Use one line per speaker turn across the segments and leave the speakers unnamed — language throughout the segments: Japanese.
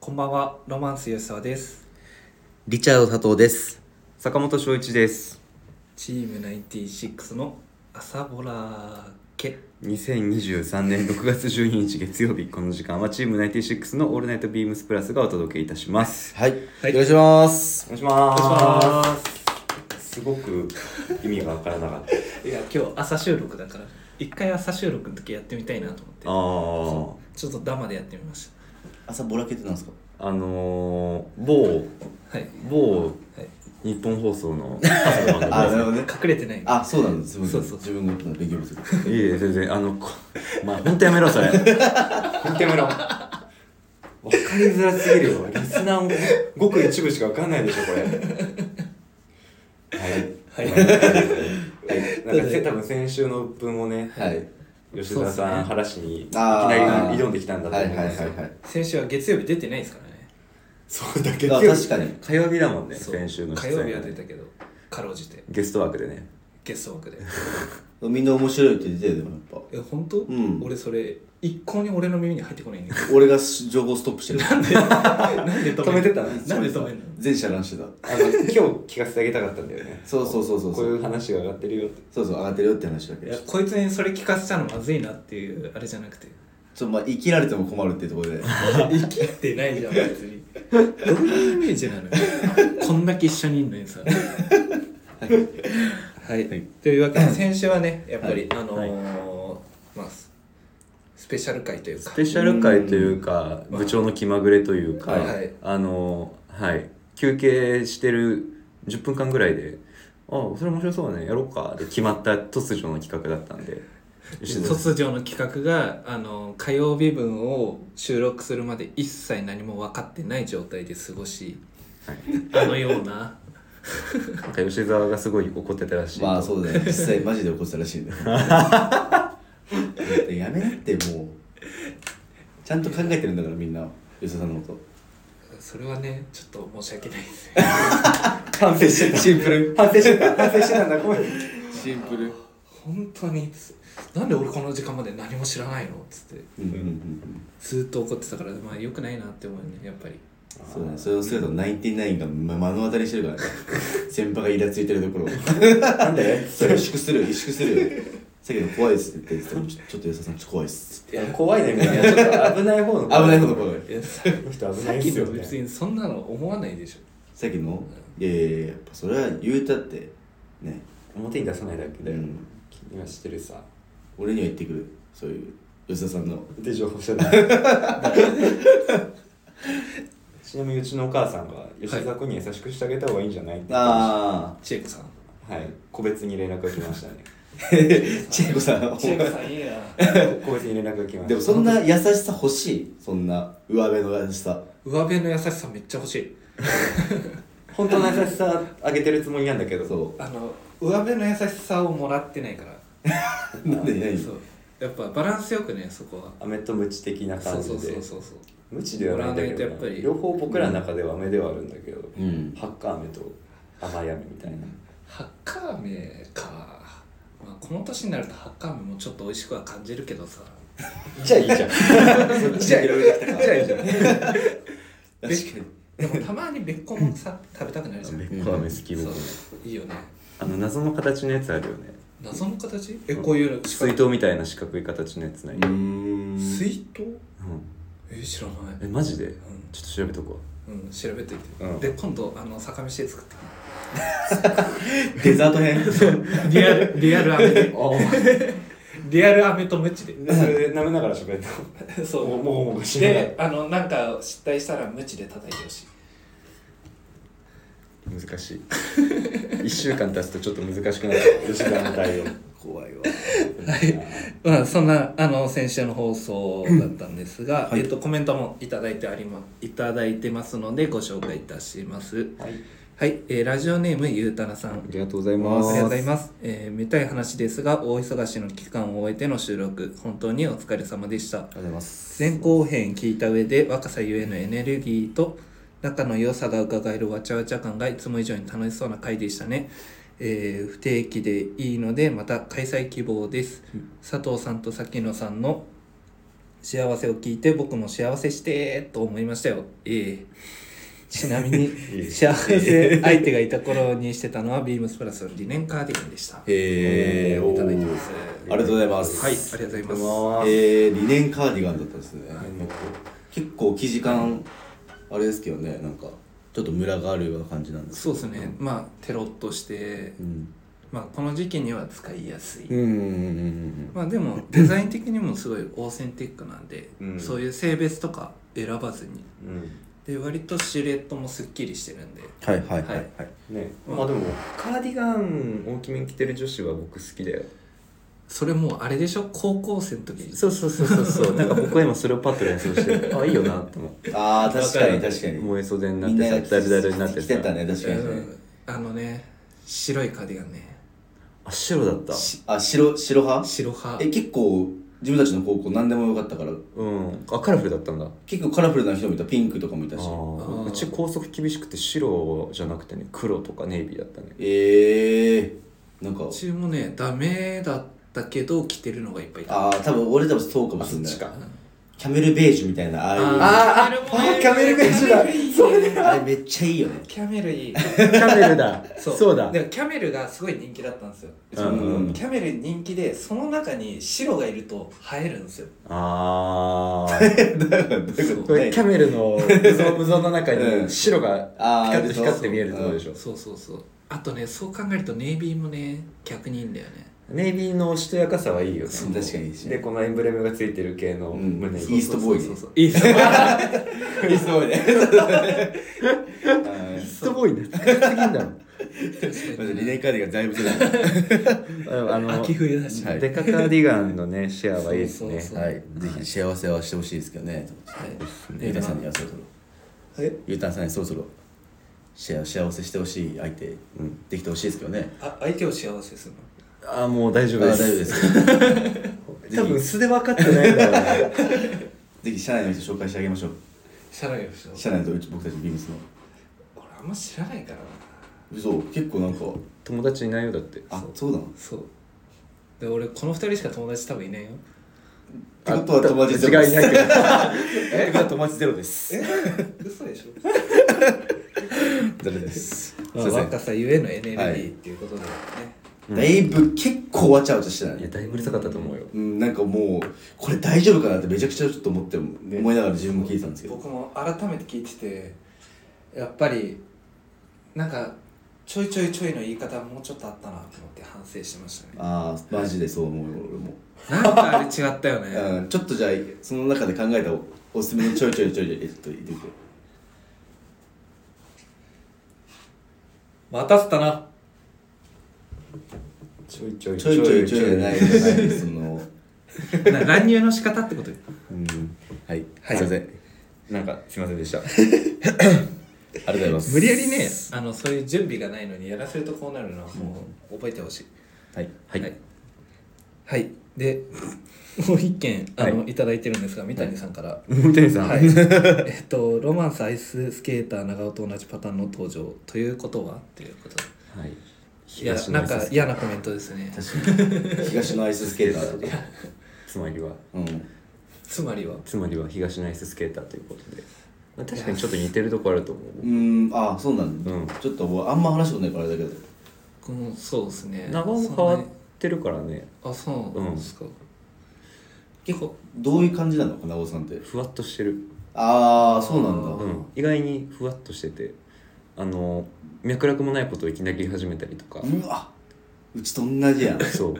こんばんは、ロマンス吉沢です。
リチャード佐藤です。
坂本翔一です
チーム96の朝ぼらけ。
2023年6月12日月曜日この時間はチーム96の「オールナイトビームスプラス」がお届けいたします
はい。
はい
よろしくお願いします。
お願いしますすすごく意味がわからなか った
いや、今日朝収録だから、一回朝収録の時やってみたいなと
あ
思って、
ー
ちょっとダマでやってみまし
朝ボラケってなんですか。
あのー、某
た。はい。
某
はい、
日本放送の朝 の番組
ほどね
隠れてない。
あ、そうなんです。
そうそう
自分のこと勉強不足。
いいえ全然あのこ まあ本当やめろ それ本当やめろわかりづらすぎるよリスナーもごく一部しかわかんないでしょこれはい
はい
はいなんかせ多分先週の分をね
はい。
吉
そ
沢
うです
さ
ね
ん話にいき
あ
な
ー
り挑んできたんだと
は
思
い
うん
はい
です
はい
よ
はい。
先週は月曜日出てないですからね。
そうだけ
あ
ど
確かに
火曜日だもんね
そう
先週の
火
出演
曜日は出たけど、かろうじて、
ゲスト枠でね
月曜枠で。
みんな面白いって言ってたよでもやっぱ。
え、本当、
ん
俺それ、一向に俺の耳に入ってこないんだけ
俺が情報ストップしてる。
どなんで止め
止め てたの
なんで止めんの
全遮断してた。
あの今日聞かせてあげたかったんだよね
そうそうそうそう
こういう話が上がってるよって
そうそう上がってるよって話だけ
い
ど。ち
や
ょっ
こいつにそれ聞かせたのまずいなっていうあれじゃなくて
とまあ生きられても困るっていうところで。
生きてないじゃん別にどういうイメージなのこんだけ一緒にいんのにさはい、
はい
というわけで先週はねやっぱり、あの
はい
ーまあススペシャル回というか
スペシャル会というか
うん
部長の気まぐれというか、
はい
あのはい休憩してる10分間ぐらいで「あそれ面白そうだねやろうか」で決まった突如の企画だったんで吉田
突如の企画が、あの火曜日分を収録するまで一切何も分かってない状態で過ごし、
はい
あのような
なんか吉沢がすごい怒ってたらしいと、
まあそうだね。実際マジで怒ってたらしいんだよ。やめなってもう。ちゃんと考えてるんだからみんな吉田さんのこと。
それはねちょっと申し訳ないですね
反省してたシンプル反省してた反省してたんだごめん
シンプル。
本当になんで俺この時間まで何も知らないのっつって
うんうんうんうん。
ずっと怒ってたからまあ良くないなって思うよねやっぱり
そうだね、それをするとナインティナインがま目の当たりにしてるからね先輩がイラついてるところを
なんで
それ萎縮するよ萎縮するよさっきの怖いっすって言ってたのちょちょっと安田さんちょっと怖いっす
いや怖いねみんなちょっと危ない方の
危ないほど怖い
さ
この人危な
さ
い
っ
っ
き
すよ
の
ね
別にそんなの思わないでしょ
さっきのいやいやいややっぱそれは言うたってね
表に出さないだけで、
うん
君は知ってるさ
俺には言ってくるそういう吉田さんの
で情報者 だちなみにうちのお母さんが吉沢君に優しくしてあげた方がいいんじゃないって言ってま
あ
千恵子さん
したはい個別に連絡が来ましたね
あ千恵子さんお前
んいいな
個別に連絡が来ました
でもそんな優しさ欲しいそんな上辺の優しさ
上辺の優しさめっちゃ欲しい
本当の優しさあげてるつもりなんだけど
そ
あの上辺の優しさをもらってないから
うなんで何
そうやっぱバランスよくねそこは
飴とムチ的な
そ
感
うそう
じ
そ
で
うそうそう
ムチではないんだけ
もらわ
ど
ないとやっぱり
な両方僕らの中では飴ではあるんだけど、
うん
ハッカー飴と甘い飴みたいな
ハッカーメか、まあ、この年になるとハッカーメもちょっと美味しくは感じるけどさ
じゃあいいじ ゃん
そっちでいろいろきたから
じゃあいいじゃん
確かに
でもたまにべっこもさ食べたくなるじゃん
っこ飴好き
そう
僕
いいよね
あの謎の形のやつあるよね
謎の形えこういう四
水
角
筒みたいな四角い形のやつない、
うーん
水筒
うん
え知らな
え
い
マジで、ちょっと調べとこ
うん調べといて、
うん
で今度あの酒飯で作って
デザート編
リアルリアル飴 で
うあ
リアル飴とムチで
それで舐めながら喋る
そう
ももごもごしながら
であのなんか失態したらムチで叩いてほしい
と難 しい1週間経つとちょっと難しくなる吉田の対応
怖いわ
まあそんなあの先週の放送だったんですが、えっとコメントもいただいてありまいただいてますのでご紹介いたします
はい
はい、えーラジオネームゆうたなさん
ありがとうございま
ありが
す
とうございます、えーめたい話ですが大忙しの期間を終えての収録本当にお疲れ様でした
ありがとうございます
前後編聞いた上で若さゆえのエネルギーと仲の良さが伺えるわちゃわちゃ感がいつも以上に楽しそうな回でしたね、えー不定期でいいのでまた開催希望です、佐藤さんとさきのさんの幸せを聞いて僕も幸せしてーと思いましたよ。ええちなみ に
ええ
幸せ相手がいた頃にしてたのはビームスプラスのリネンカーディガンでした。
へー
おー
おー
いただいてます。
ありがとうございます
はい、ありがとうございます。
えー、リネンカーディガンだったんですね、結構生地感あれですけどねなんかちょっとムラがあるような感じなんです
そうですね、まあテロッとして、
うん
まあ、この時期には使いやすい、
うんうんうんうん
まあで もデザイン的にもすごいオーセンティックなんで、
うん
そういう性別とか選ばずに
うん
で割とシルエットもすっきりしてるんで
はいはい
は
はいい
は
はいい、
ねまあでもカーディガン大きめに着てる女子は僕好きだよ
それもうあれでしょ高校生の時に
そうそうそうそう そうなんか僕は今それをパッと連想してあいいよなって思って
ああ確かに
わかる
確かに
燃え袖にな
みんな
ってさダルダルになって
来
さ
てたね確かに、
うんあのね白いカーディガンね
あ白だった
し
あ白白派
白派
え結構自分たちの高校何でもよかったから
うんあカラフルだったんだ
結構カラフルな人もいたピンクとかもいたし
ー
あうち高速厳しくて白じゃなくてね黒とかネイビーだったね
ええー、なんか
うちもねダメだったけど着てるのがいっぱいいた
ああ多分俺多分そうかもしれない
か
キャメルベージュみたいなああいう
あーあーキャメルベージュだ
それ
あれめっちゃいいよね
キャメルいい
キャメルだ
そう
そうだ
でもキャメルがすごい人気だったんですようちの学校
うん
キャメル人気でその中に白がいると映えるんですよ
ああ
そう
これキャメルの無造無造の中
う
に
ん
白が
あ
ピカッと光って見えるってことでしょ
そうそうそうあとねそう考えるとネイビーもね逆にいいんだよね
ネイビーのしとやかさはいいよね
そう確かに
でこのエンブレムがついてる系の
うん
胸
イーストボーイね
そうそうそうイーストボーイ
イ
えすごいね。
ーストボーイね懐かしすぎんだろ
確かにね
リレーカーディガンだいぶ強い。
あの
秋冬だし、
はい
デカカーディガンのねシェアはいいですね
そうそう
はい、ぜひ幸せはしてほしいですけどね。
はい
ゆうたさんにはそろそろ。
え
ゆうたさんにそろそろ。シェア幸せしてほしい相手、うん、できてほしいですけどね。
あ相手を幸せするの
あもう大丈
あ
夫
大
で
丈夫ですす。
多分素で分かってないんだろ うね
ぜひ社内の人紹介してあげましょう。
社内を幸せ
社内とうち僕たちビームスの。
俺あんま知らないからな
嘘、結構なんか。
友達いないよだって
あ、そうだなの。っ
そうで俺この二人しか友達多分いないよ
てことは友達ゼロ
あ
で
違い
す。
ないけど
え、ってことは 友達ゼロです。
嘘でし ょ
ゼロです。すい
まあ
ません
若さゆえのエネルギ
は
ー
い
っていうことだよね、
だいぶ結構わちゃわちゃしてない
いやだいぶうるさかったと思うよ
うん、なんかもうこれ大丈夫かなってめちゃくちゃちょっと思って思いながら自分も聞いてたんですけど
僕も改めて聞いててやっぱりなんかちょいちょいちょいの言い方もうちょっとあったなと思って反省してましたね
ああマジでそう思うよ俺も、
なんかあれ違った よね
うん、ちょっとじゃあその中で考えたおおすすめのちょいちょいちょいちょいちょっと言ってみて
待たせたな
ちょいちょい
ちょいちょいちょいじゃないじゃないその
な乱入の仕方ってことよ
うんはい、
はい
すいません
なんかすいませんで した
ありがとうございます
無理やりねあのそういう準備がないのにやらせるとこうなるのはもう覚えてほしい
はい
はいはい、で もう一件あの、、
はい
ただいてるんですが三谷さんから、
森谷さん、
はい、えっと「ロマンスアイススケーター長尾と同じパターンの登場」ということはということ
はい
いや
東の
なんか嫌なコメントですね
確かに東のアイススケーターだとか
つまりは
うん
つまりは
つまりは東のアイススケーターということで、まあ、確かにちょっと似てるとこあると思う
うんあそうなんだ、
うん
ちょっともうあんま話したことないからあれだけど
このそうですね
長尾も変わってるからね
そんなにあそうなんですか、結構
どういう感じなのかなおさんって
ふわっとしてる、
ああそうなんだ、
う
うん、意外にふわっとしててあの脈絡もないことをいきなり言い始めたりとか
うわうちと同じやん
そうう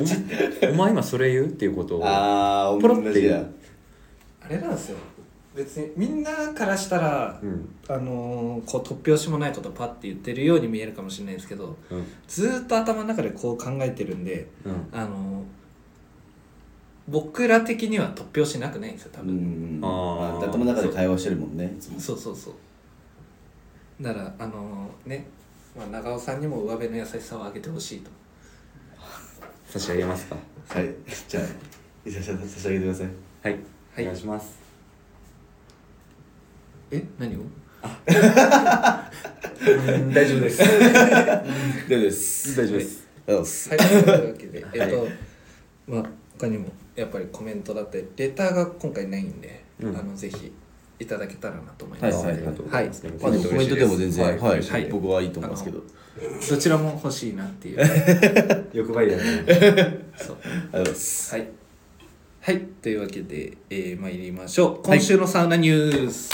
ちってお前今それ言うっていうことを
ああ
ポロって
同じや
あれなんですよ別にみんなからしたら、
うん
あのーこう突拍子もないことをパッて言ってるように見えるかもしれないですけど
うん
ずーっと頭の中でこう考えてるんで
うん
あのー僕ら的には突拍子なくないんですよ多
多
分、
分
あー
頭の中で会話してるもんねいつも
そうそうそうだからあのね、まあ、長尾さんにも上辺の優しさをあげてほしいと
差し上げますか
はいじゃあ差し上げ差し上げてください
はい、
はい
お願いします
え何を
大丈夫です
大丈夫です
大丈夫です
ありがとうございます
はいというわけでえっとまあ他にもやっぱりコメントだったりレターが今回ないんで、
うん
あのぜひいただけたらなと思います、
はいはいあり
がとうございます
はい
まあでもコメントでも全然
は
はいい
はい
僕はいいと思いますけど
どちらも欲しいなっていう
欲張りだね
そう
ありがとうございます
はいはいというわけで、えー、参りましょう今週のサウナニュース、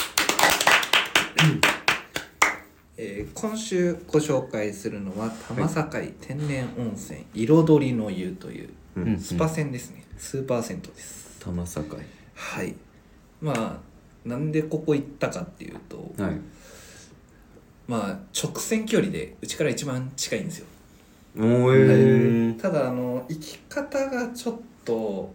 えー今週ご紹介するのは玉境天然温泉彩りの湯という
うん
スパ船ですね、スーパー銭湯です
玉境
はいまあなんでここ行ったかっていうと
はい
まあ直線距離でうちから一番近いんですよ
お
う
え
ん
ただあの行き方がちょっと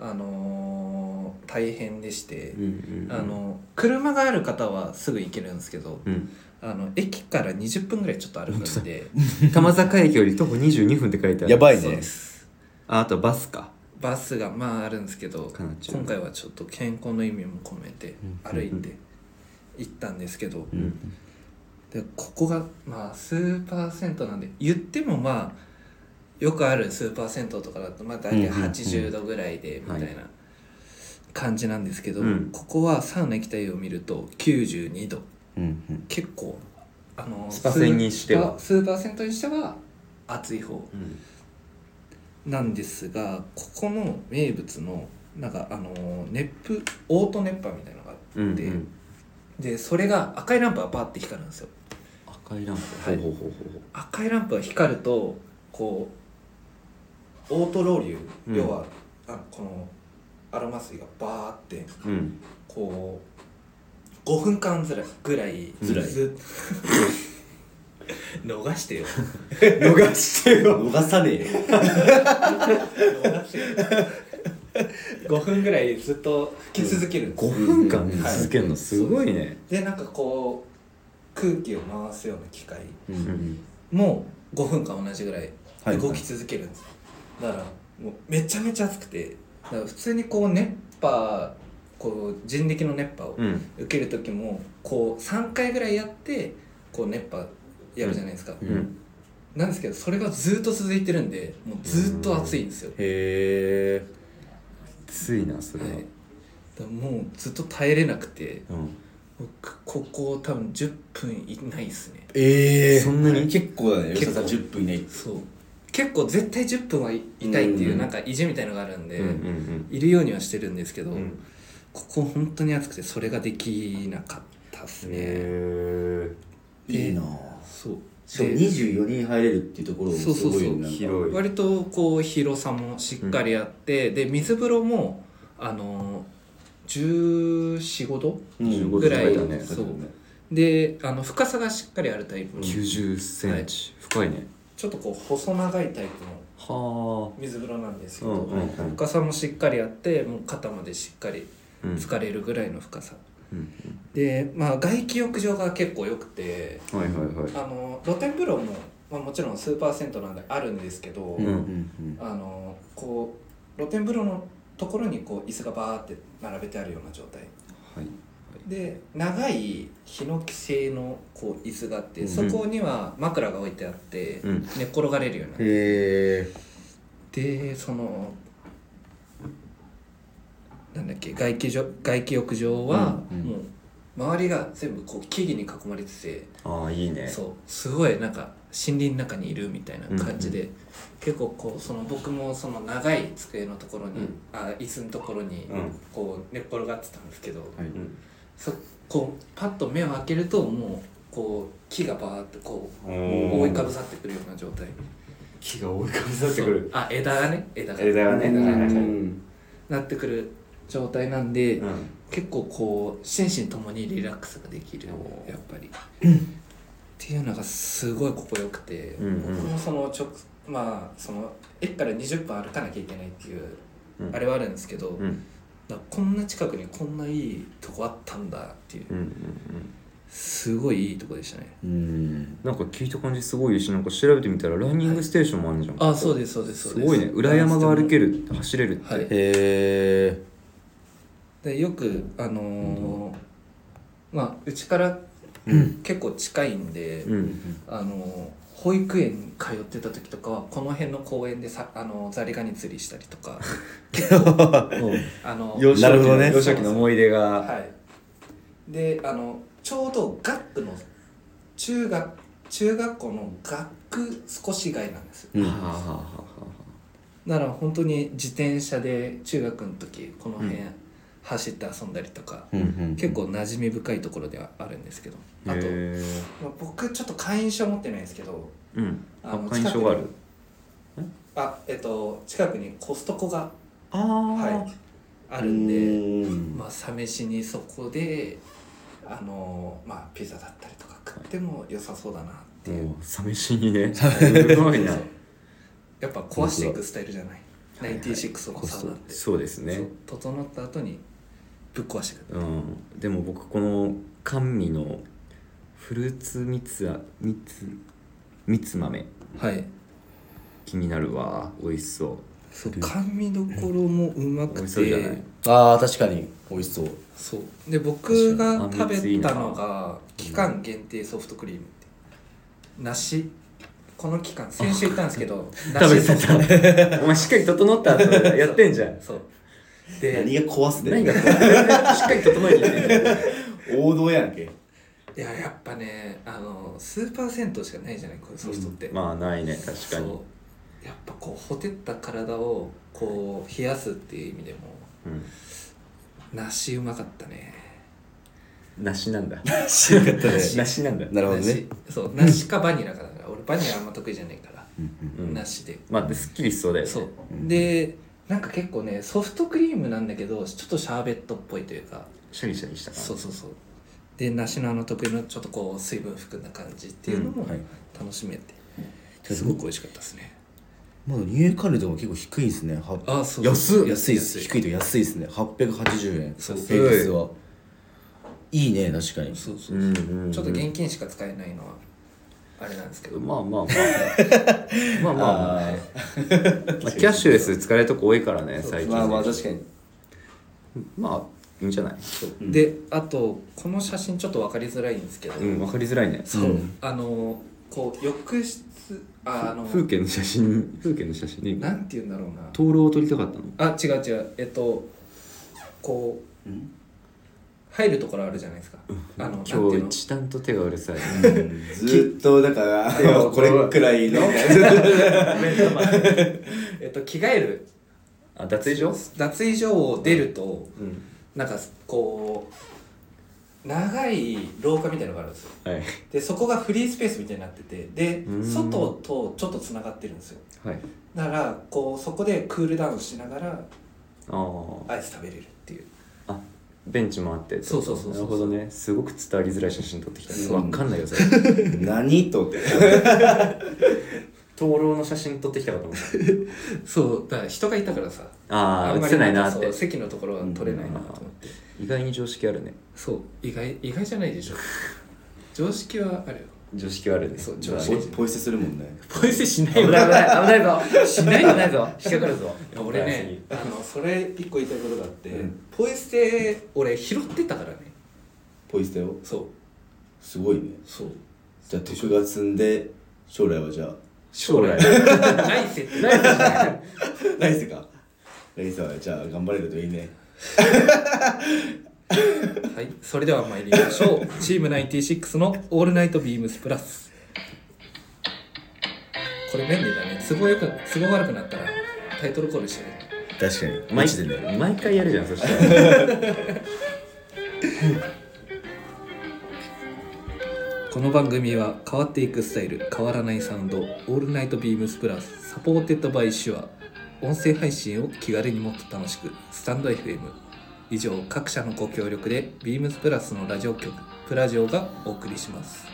あのー大変でして、
うん
あの車がある方はすぐ行けるんですけど
うん
あの駅から20分ぐらいちょっと歩くんで
玉境駅より徒歩22分って書いてある
やばい
そう
ね
です
ああとバスか
バスがまああるんですけど
かなちゅう
今回はちょっと健康の意味も込めて
うん
歩いて行ったんですけど、
うん
でここがまあスーパー銭湯なんで言ってもまあよくあるスーパー銭湯とかだとまあ大
うんうん
体
うん
80度ぐらいでみたい
はい
な感じなんですけど、
うん
ここはサウナ行きたいを見ると92度
うんうん
結構あの
スパ銭にしては
スーパースーパー銭湯にしては暑い方
うん
なんですがここの名物のなんかあの熱風オート熱波みたいなのがあって、
うんうん
でそれが赤いランプがバーって光るんですよ
赤いラン
は
プ
い
ほうほうほうほう
赤いランプが光るとこうオートロウリュ
うん
要はあこのアロマ水がバーって
うん
こう5分間ずらぐらい
ずらい
ず逃してよ
逃してよ
逃さねえよ
逃してよ5分ぐらいずっと吹き続けるんです
5
よ
分間
うん
続けるのすごいね
でなんかこう空気を回すような機械
うん
ん
もう5分間同じぐらい
はい
動き続けるんですよ、だからもうめちゃめちゃ暑くてだから普通にこう熱波こう人力の熱波を
うん
受ける時もこう3回ぐらいやってこう熱波やるじゃないですか、
うん
なんですけどそれがずっと続いてるんでもうずっと暑いんですよ、
へえ
ついなそれ
は、
はい
だからもうずっと耐えれなくて
うん
僕ここ多分10分以内ですね
ええ
そんなに
結構だね吉田さん
結
10分以内
そう結構絶対10分はいいたいっていううんなんか意地みたいのがあるんで、
うんうん
いるようにはしてるんですけど、
うん
ここ本当に暑くてそれができなかったっすね、
へ
いいな
そう
しかも
で
24人入れるっていうところもす
そうそ
ご
うそう
いよねなんか
広い
割とこう広さもしっかりあって、で水風呂もあのー、1415度
うん
15
ぐらい
だね
そうであの深さがしっかりあるタイプの
9
ち
0センチ深いね
ょっとこう細長いタイプの
は
水風呂なんですけ
あ
ど、深さもしっかりあってもう肩までしっかり
うん
疲れるぐらいの深さ、
うん
でまあ外気浴場が結構良くて
はいはいは
あの露天風呂も、まあ、もちろんスーパー銭湯なんであるんですけど、
うんうんうん
あのこう露天風呂のところにこう椅子がバーって並べてあるような状態
いはい
で長いヒノキ製のこう椅子があって、
うん
そこには枕が置いてあって、
うん
寝っ転がれるようになって
へえ
でそのなんだっけ外気場外気浴場は
うんうん
もう周りが全部こう木々に囲まれてて、
ああいいね
そうすごいなんか森林の中にいるみたいな感じで、結構こうその僕もその長い机のところに、
うん
あ椅子のところに
うん、
こう寝っ転がってたんですけど、
はいう
ん
そこうパッと目を開けるともうこう木がバーってこう覆いかぶさってくるような状態
木が覆いかぶさってくる
そうあ枝がね枝が
枝がね
枝が
はいはいはい
うん
なってくる状態なんで、
うん
結構こう心身ともにリラックスができる
おー
やっぱりっていうのがすごいここよくて、
うんうん
僕もその直まあその駅から20分歩かなきゃいけないっていう、
うん
あれはあるんですけど、
う
だから
ん
こんな近くにこんないいとこあったんだっていう、
うんうんうん
すごいいいとこでしたね
うん
なんか聞いた感じすごいしなんか調べてみたらランニングステーションもあるじゃん
あそうですそうです
す
そうです
ごいね裏山が歩け
る
る走れるっ
はい
て
へえ
でよくあのーまあうちから結構近いんで、
うん
あの保育園に通ってた時とかはこの辺の公園でさあのザリガニ釣りしたりと かあの
幼少期
な
の
るほどね
幼
少期の思い出が
はい、であのちょうど学区の中学中学校の学区少し外なんですよ
うん
はあはあはあは
だから本当に自転車で中学の時この辺
うん
走って遊んだりとか、
うんうん
結構馴染み深いところではあるんですけどあ
あ
と、
へえ
まあ、僕ちょっと会員証持ってないんですけど
うん
あ
あ
の
会員証がある
あえっと近くにコストコが
あ
はいあるんで。
で
まあ、サ飯にそこであのまあピザだったりとか食っても良さそうだなっていう、
もう寂しいねすごいな
そうやっぱ壊していくスタイルじゃない
はいはい
96のサウナって
そうですね
そう整った後にぶっ壊していく
うん、でも僕この甘味のフルーツ蜜あ蜜蜜豆
はい
気になるわ美味しそ
そう甘味どころもうま
う美
く
味しそうじゃな
て
い
あー確かに美味しそう
そうで僕が
確かにあ
食
んみつい
べ
いな
たのが期間限定ソフトクリームって梨この期間先週行ったんですけど
食べ
ソフトクリーム
てたお前しっかり整った後やってんじ ゃん
そうで
何が壊す
何
ね
がこうしっかり整えていってんじゃん
王道やんけ
いややっぱねあの数パーセントしかないじゃないこういうソフトって、
まあないね確かにう、
そうやっぱこうほてった体をこう冷やすっていう意味でも
ん、
梨うまかったね
梨な んだ
知らなかったね
梨なんだ
なるほどね
梨そう梨かバニラかだから俺バニラあんま得意じゃないから、
うん
梨で
まあですっきりしそうだよね
そう
うん
でなんか結構ねソフトクリームなんだけどちょっとシャーベットっぽいというか
シャリシャリしたから
そうそうそうで梨のあの得意のちょっとこう水分含んだ感じっていうのも
うんはい
楽しめて、
うん
すごく美味しかったですね、
まだ入カルでも結構低いですねは
あそう
安い
安いで
安いですす低いと安いですね880円
そう
平日はいいね確かに
そうそうそう、
うんうん、うん、
ちょっと現金しか使えないのはあれなんですけど、
まあ まあまあまあまあ、まあ
あー
まあ、キャッシュレス使えるとこ多いからね
そう
最近ね
まあまあ確かに
まあいいんじゃない
うん
であとこの写真ちょっと分かりづらいんですけど、
うんわかりづらいね
そう、
うん
あのこう浴室ああの
風景の写真風景の写真に
なんて言うんだろうな
灯籠を撮りたかったの
あ違う違うえっとこう
うん
入るところあるじゃないですか、あのなんて
今
い
日
うの
一段と手がうるさい
ずっとだからこれくらい の
えっと着替える
あ脱衣所
脱衣所を出ると
うん
なんかこう長い廊下みたいのがあるんですよ
はい
でそこがフリースペースみたいになっててで
うん
外とちょっとつながってるんですよ
はい
だからこうそこでクールダウンしながら
ああ
アイス食べれるっていう
あベンチもあってってこと
そうそうそうそう
なるほどねすごく伝わりづらい写真撮ってき
そ
た
う
わかんないよそれ
何とって
灯籠の写真撮ってきたかと思った
そうだから人がいたからさ
ああ
ん
映
まり
せないなっ
そ
て
う席のところは取れないなと思って、
意外に常識あるね
そう意外意外じゃない でしょ常識はあるよ
常識はあるね
そう
じゃあ
常識
ポイポイ捨てするもんね
ポイ捨てしな
危ない危ない危ないぞしない危ないぞ 引っかかるぞ
いや俺ねあのそれ一個言いたいことがあって、
うん
ポイ捨て俺拾ってたからね
ポイ捨てを
そう
すごいね
そう
じゃあ徳が積んで将来はじゃあ
将来
ないせって
ないですね
来世か来世はじゃあ頑張れるといいね
はい、それでは参りまし ょう。チーム96のオールナイトビームスプラス。これ便利だね。都合よく、都合悪くなったらタイトルコールしてね。
確かに
毎毎回やるじゃんそしたら
この番組は変わっていくスタイル、変わらないサウンド、オールナイトビームスプラス、サポーテッドバイシュア、音声配信を気軽にもっと楽しく、スタンド FM。以上、各社のご協力で、ビームスプラスのラジオ局、プラジオがお送りします。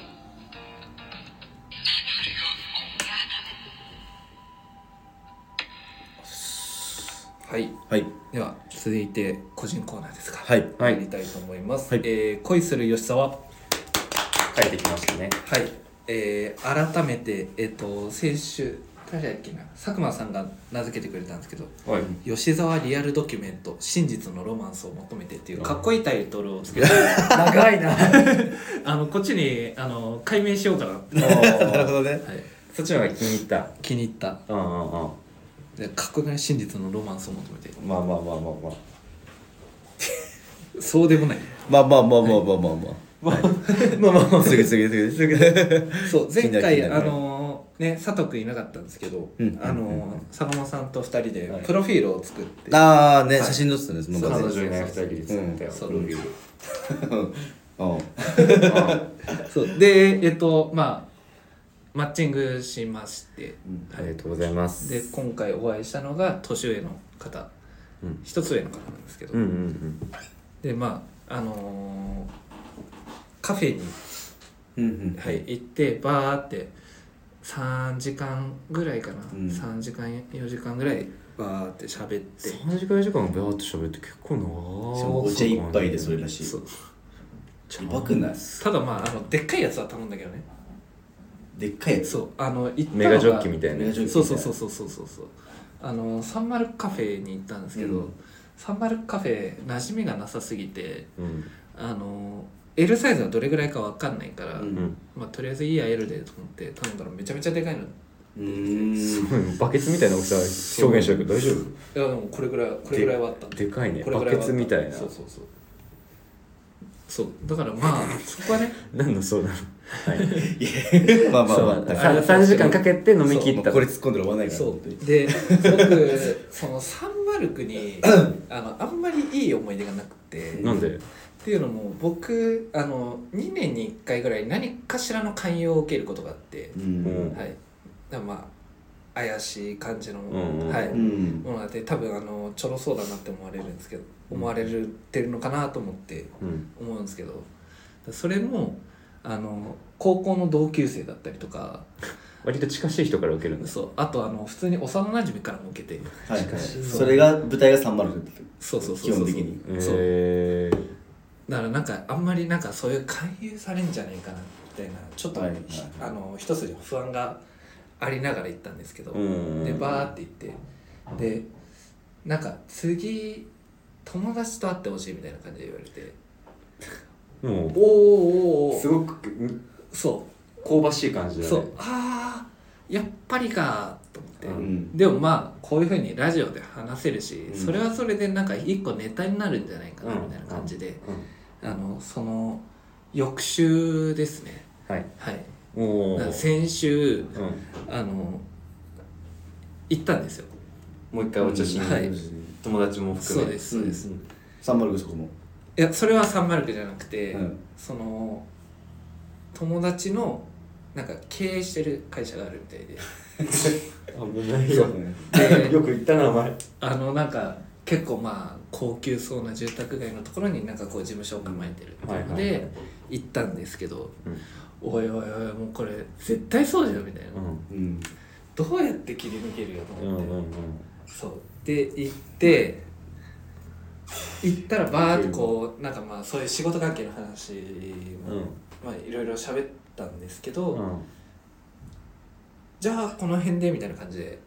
はい。
はい
では続いて個人コーナーですか
はい
参りたいと思います、
はい
えー恋する吉沢は
書いてきましたね
い、えー改めてえっ、と先週誰だっけな佐久間さんが名付けてくれたんですけど
はい
「吉沢リアルドキュメント真実のロマンスを求めて」っていうかっこいいタイトルをつけ て
長いな
あのこっちにあの解明しようかなって、
なるほどね
はい、
そっちの方が気に入った
気に入った
うんうんうん
で革命真実のロマンスを求めて
まあまあまあまあまあ
そうでもない
まあまあまあまあまあまあまあ、まあまあまあすぐすぐすぐすぐ
そう前
気に
回
なる気にな
あ
る
のーね佐藤君いなかったんですけど、
うん
あのー坂本さんと2人
は
で
い
プロフィールを作って、
ああね、
はい
写真載ってたんです
そう
彼
昔
そう
女いない二人で作ったよ、
そう
プロフィール
うん
うん
そうでえっとまあマッチングしまして
ありがとうございます
で今回お会いしたのが年上の方
うん
一つ上の方なんですけど、
うんうん
でまああのーカフェに、
うんうん
はい、行ってバーって3時間ぐらいかな、
うん
3時間4時間ぐらいバーって喋って
うん3時間4時間ベアって喋って結構な
しかもお茶一杯でそれらしい
そう
やばくない
ただまああのでっかいやつは頼んだけどね
でっかいやつ
そうあの行ったのが
メガジョッキみたい
メ
な
ガ
や
ジョッキみたいな
そうそうそうそうそうそうそうあのサンマルカフェに行ったんですけど、
うん
サンマルカフェ馴染みがなさすぎて
うん
あの L サイズはどれぐらいかわかんないから、
うん
うん
まあ、とりあえずいいや L でと思って頼んだらめちゃめちゃでかいの
うー
す
ん
ごいバケツみたいな大きさ表現したけど大丈夫
いやでもこれぐらいこれぐらいはあった
でかいね
これ
バ
ぐらい
ケ
はあった
ツみたいな
そうそうそうそうだから まあそこはね
何のそうなのはい
まあまあ
そ
まあ
う
だから
あれ
さ三時間かけて飲み切
も
っ
う
た
これ突っ込んだら終わんないから
そ
本当に
うで僕そのサンマルク にあのあんまりいい思い出がなくてっ
なんで
ていうのも僕あの2年に1回ぐらい何かしらの勧誘を受けることがあって、
うん
うん
はいだからまあ怪しい感じの、
んうんうん
はい、
うん
ものがあって多分あのちょろそうだなって思われるんですけど思われてるのかなと思って
うん
思うんですけどそれもあの高校の同級生だったりとか
割と近しい人から受けるんです
そうあとあの普通に幼なじみからも受けて
はい
しかし
それが舞台が3 0ル
そうそうそうそう
基本的に
そう
へえ
だからなんかあんまりなんかそういう勧誘されんじゃないかなみたいなちょっと、
はいはい
あの一筋の不安がありながら行ったんですけど、でバーって行ってでなんか次友達と会ってほしいみたいな感じで言われて
も
おーおーお
う
ー
すごくん
そ
香ばしい感じ
う
だね
そうあーやっぱりかと思って、
う
うん
でもまあこういうふうにラジオで話せるし、
うん
それはそれでなんか一個ネタになるんじゃないかな
うん
みたいな感じで、
うん
あのその翌週ですね
はい
はい
おお
なんか先週あの行ったんですよ
もう一回お茶しに
はい
友達も含
そう
め
ですそうです、
うん
309そこも
いやそれはサンマルクじゃなくて、
うん
その友達のなんか経営してる会社があるみたいで
危ないよ
で
よく言ったなお前
あのなんか結構まあ高級そうな住宅街のところになんかこう事務所を構えてるみたいの
はいはいは
で
い
行ったんですけど
うん
「おいおいおいもうこれ絶対そうじゃん」みたいな、
うん
どうやって切り抜けるよと
うん
思っ
う
て、
んうん
そうで行って行ったらバーってこうなんかまあそういう仕事関係の話
うん
も、まあいろいろ喋ったんですけど、
うん
じゃあこの辺でみたいな感じで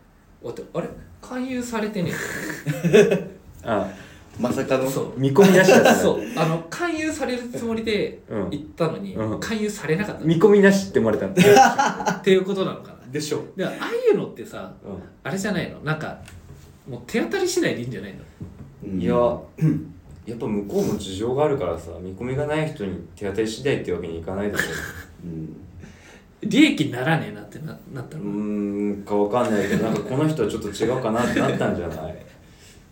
終わってあれ勧誘されてね
あ
まさか
え
の
そう
見込みなしだったね
そうあの勧誘されるつもりで
うん
行ったのに、
うん
勧誘されなかった
見込みなしって思われたんだ
っていうことなのかな
でしょ
でああいうのってさ
うん
あれじゃないのなんかもう手当たり次第でいいんじゃないの
うん
いや、やっぱ向こうも事情があるからさ、見込みがない人に手当たり次第ってわけにいかないでし
うん
利益にならねえなってななった
ょ。う
の、
ーん、かわかんないけど、なんかこの人はちょっと違うかなってなったんじゃ ない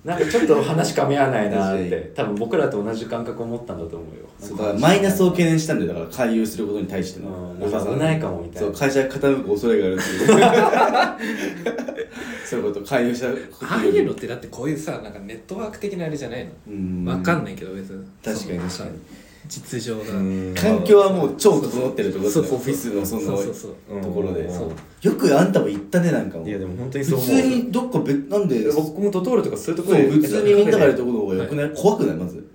なんかちょっと話かみ合わないなっ
確か
て、多分僕らと同じ感覚を持ったんだと思うよ。
そうだからマイナスを懸念したんだよだから勧誘することに対しての
うんなんか危ないかもみたいな
そう会社が傾く恐れがあるっていうそういうこと勧誘したこと
ああいうのってだってこういうさなんかネットワーク的なあれじゃないの
うん
わかんないけど別に
確かに
そ
確
の
かに
実情が、
環境はもう超整ってるってこと
そう
だ
そうそう
ねオフィスの
そ
そ
う
の
そうそう
うん
ところで
そう
よくあんたも言ったねなんかも
いや、
普
でも本当にそう思う。
通にどっか別なんでそう
僕もドトールとかそういうところで。
普通にみんながいるところの方がよくない怖くないまず
うん。
い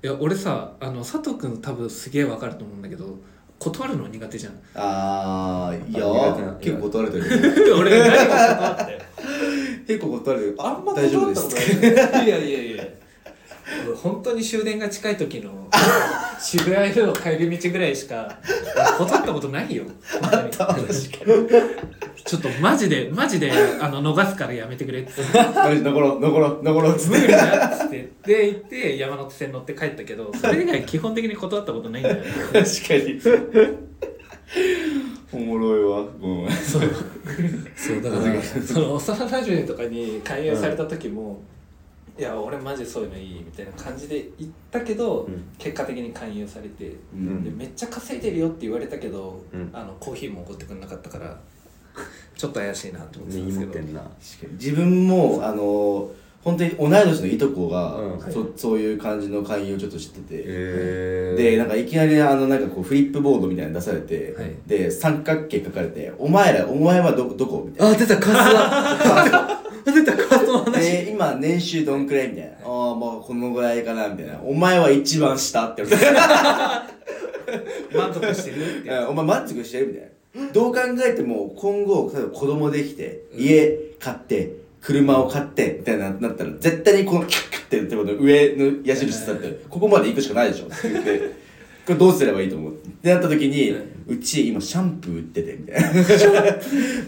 や俺さあの佐藤君多分すげえわかると思うんだけど断るの苦手じゃ ん
あーいや
あ苦手な
ー結構断られて る
俺何が断って
結構断られてる
あんま
大丈
断
夫
っ
で
たこ
す
とない。
いやいやいや本当に終電が近い時の 渋谷への帰り道ぐらいしかほとんどことないよ本当にちょっとマジでマジであの逃すからやめてくれっつって
彼氏残ろう残ろう 残ろうっつっ
無理
て
だっつってで行って山手線乗って帰ったけどそれ以外基本的に断ったことないんだよね
確か におもろいわごめん
そうそうだからその幼なじみとかに勧誘された時も、いや俺マジそういうのいいみたいな感じで言ったけど、
うん
結果的に勧誘されて、
うん
でめっちゃ稼いでるよって言われたけど、
うん
あのコーヒーもおごってくれなかったからちょっと怪しいなと思ってたんで
根
す
に
け
持っ
ど
てんな
自分もあの本当に同い年のいとこが、
うん
そそういう感じの勧誘をちょっと知ってて、
え
でなんかいきなりあのなんかこうフリップボードみたいなの出されて、
はい
で三角形書かれて「お前らお前はどどこ?」みたい
あ出たカ スだ出たカスの
な「
話
で今年収どんくらい?」みたいな「ああまあこのぐらいかな」みたいな「お前は一番下」って言われ
満足してるって
てうん「お前満足してる?」みたいなどう考えても今後例えば子供できて家買って車を買ってみたいななったら絶対にこのキャッキャッってやってこと上の矢印伝って「ここまで行くしかないでしょ」って言って「これどうすればいいと思う?」ってなった時に「うち今シャンプー売ってて」みたいな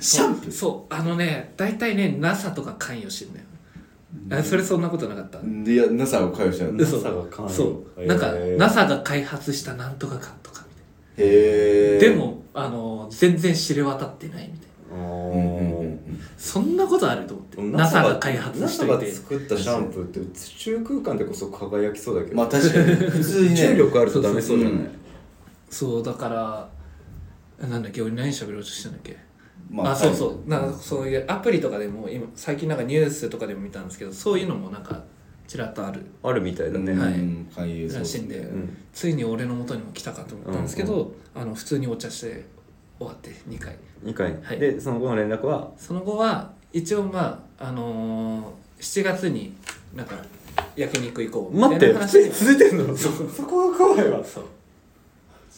シャンプー
そうあのね大体ね NASA とか関与してんだよ、あそれそんなことなかった、
いや、NASA を会話したの。へ
NASA
が関与
そう
へー
なんか NASA が開発したなんとかかんとかみたいな
え。
で、もあの全然知れ渡ってないみたいな
うんうんう
お
ん
そんなことあると思って NASA が開発し
NASA
とい
が
て
作ったシャンプーって宇宙空間でこそ輝きそうだけ
うん。
ど、
まあ確かに、普通に
宇
ね。
宙力あるとダメそうじゃない
そう
そうだからなんだっけ俺何喋ろうとしたんだっけ
ま
あそうそうなんかそういうアプリとかでも今最近なんかニュースとかでも見たんですけどそういうのもなんかちらっとある
あるみたいだね、
はい
うん勧誘
らしいんで、
ん
ついに俺の元にも来たかと思ったんですけど、あの普通にお茶して終わって2回
2回、
はい
でその後の連絡は
その後は一応まああのー、7月になんか焼肉行こうみ
待
た
っ
いな
て普
話
通に
も
続いてんの
そ
そうこが怖いわ
そう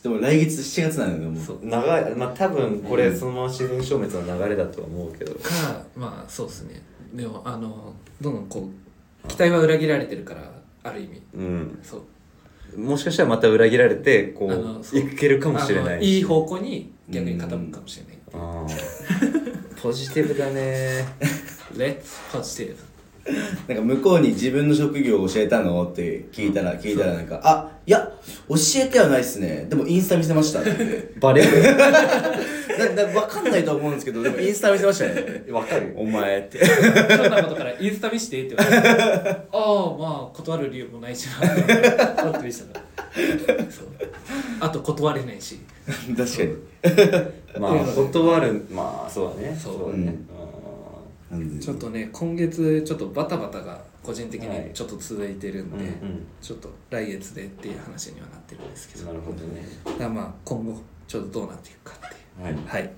でも来月7月なんだよ、もう。
そう
長いまあ多分これそのまま自然消滅の流れだとは思うけど
かまあそうですねでもあのどんどんこう期待は裏切られてるからある意味
うん
そう
もしかしたらまた裏切られてこ
あの
う
そう
いけるかもしれな
あのい
い
い方向に逆に傾くかもしれない
あーポジティブだね
レッツポジティ
なんか向こうに自分の職業を教えたのって聞いたら、聞いたらなんか、あ、いや、教えてはないっすね。でもインスタ見せま したって。
バレる
ななわかんないと思うんですけど、でもインスタ見せましたね。
わかる
お前っ て。
ブひょんなことからインスタ見してって言われてああまあ断る理由もないしなってびっくりしたからそうあと断れないし
確かに。
まあ断るまあそうだね
そう
だね、
うんなんで
ちょっとね今月ちょっとバタバタが個人的
はい
にちょっと続いてるん
うん
で、
うん
ちょっと来月でっていう話にはなってるんですけど
なるほどね
だからまあ今後ちょっとどうなっていくかっていう
はい
はい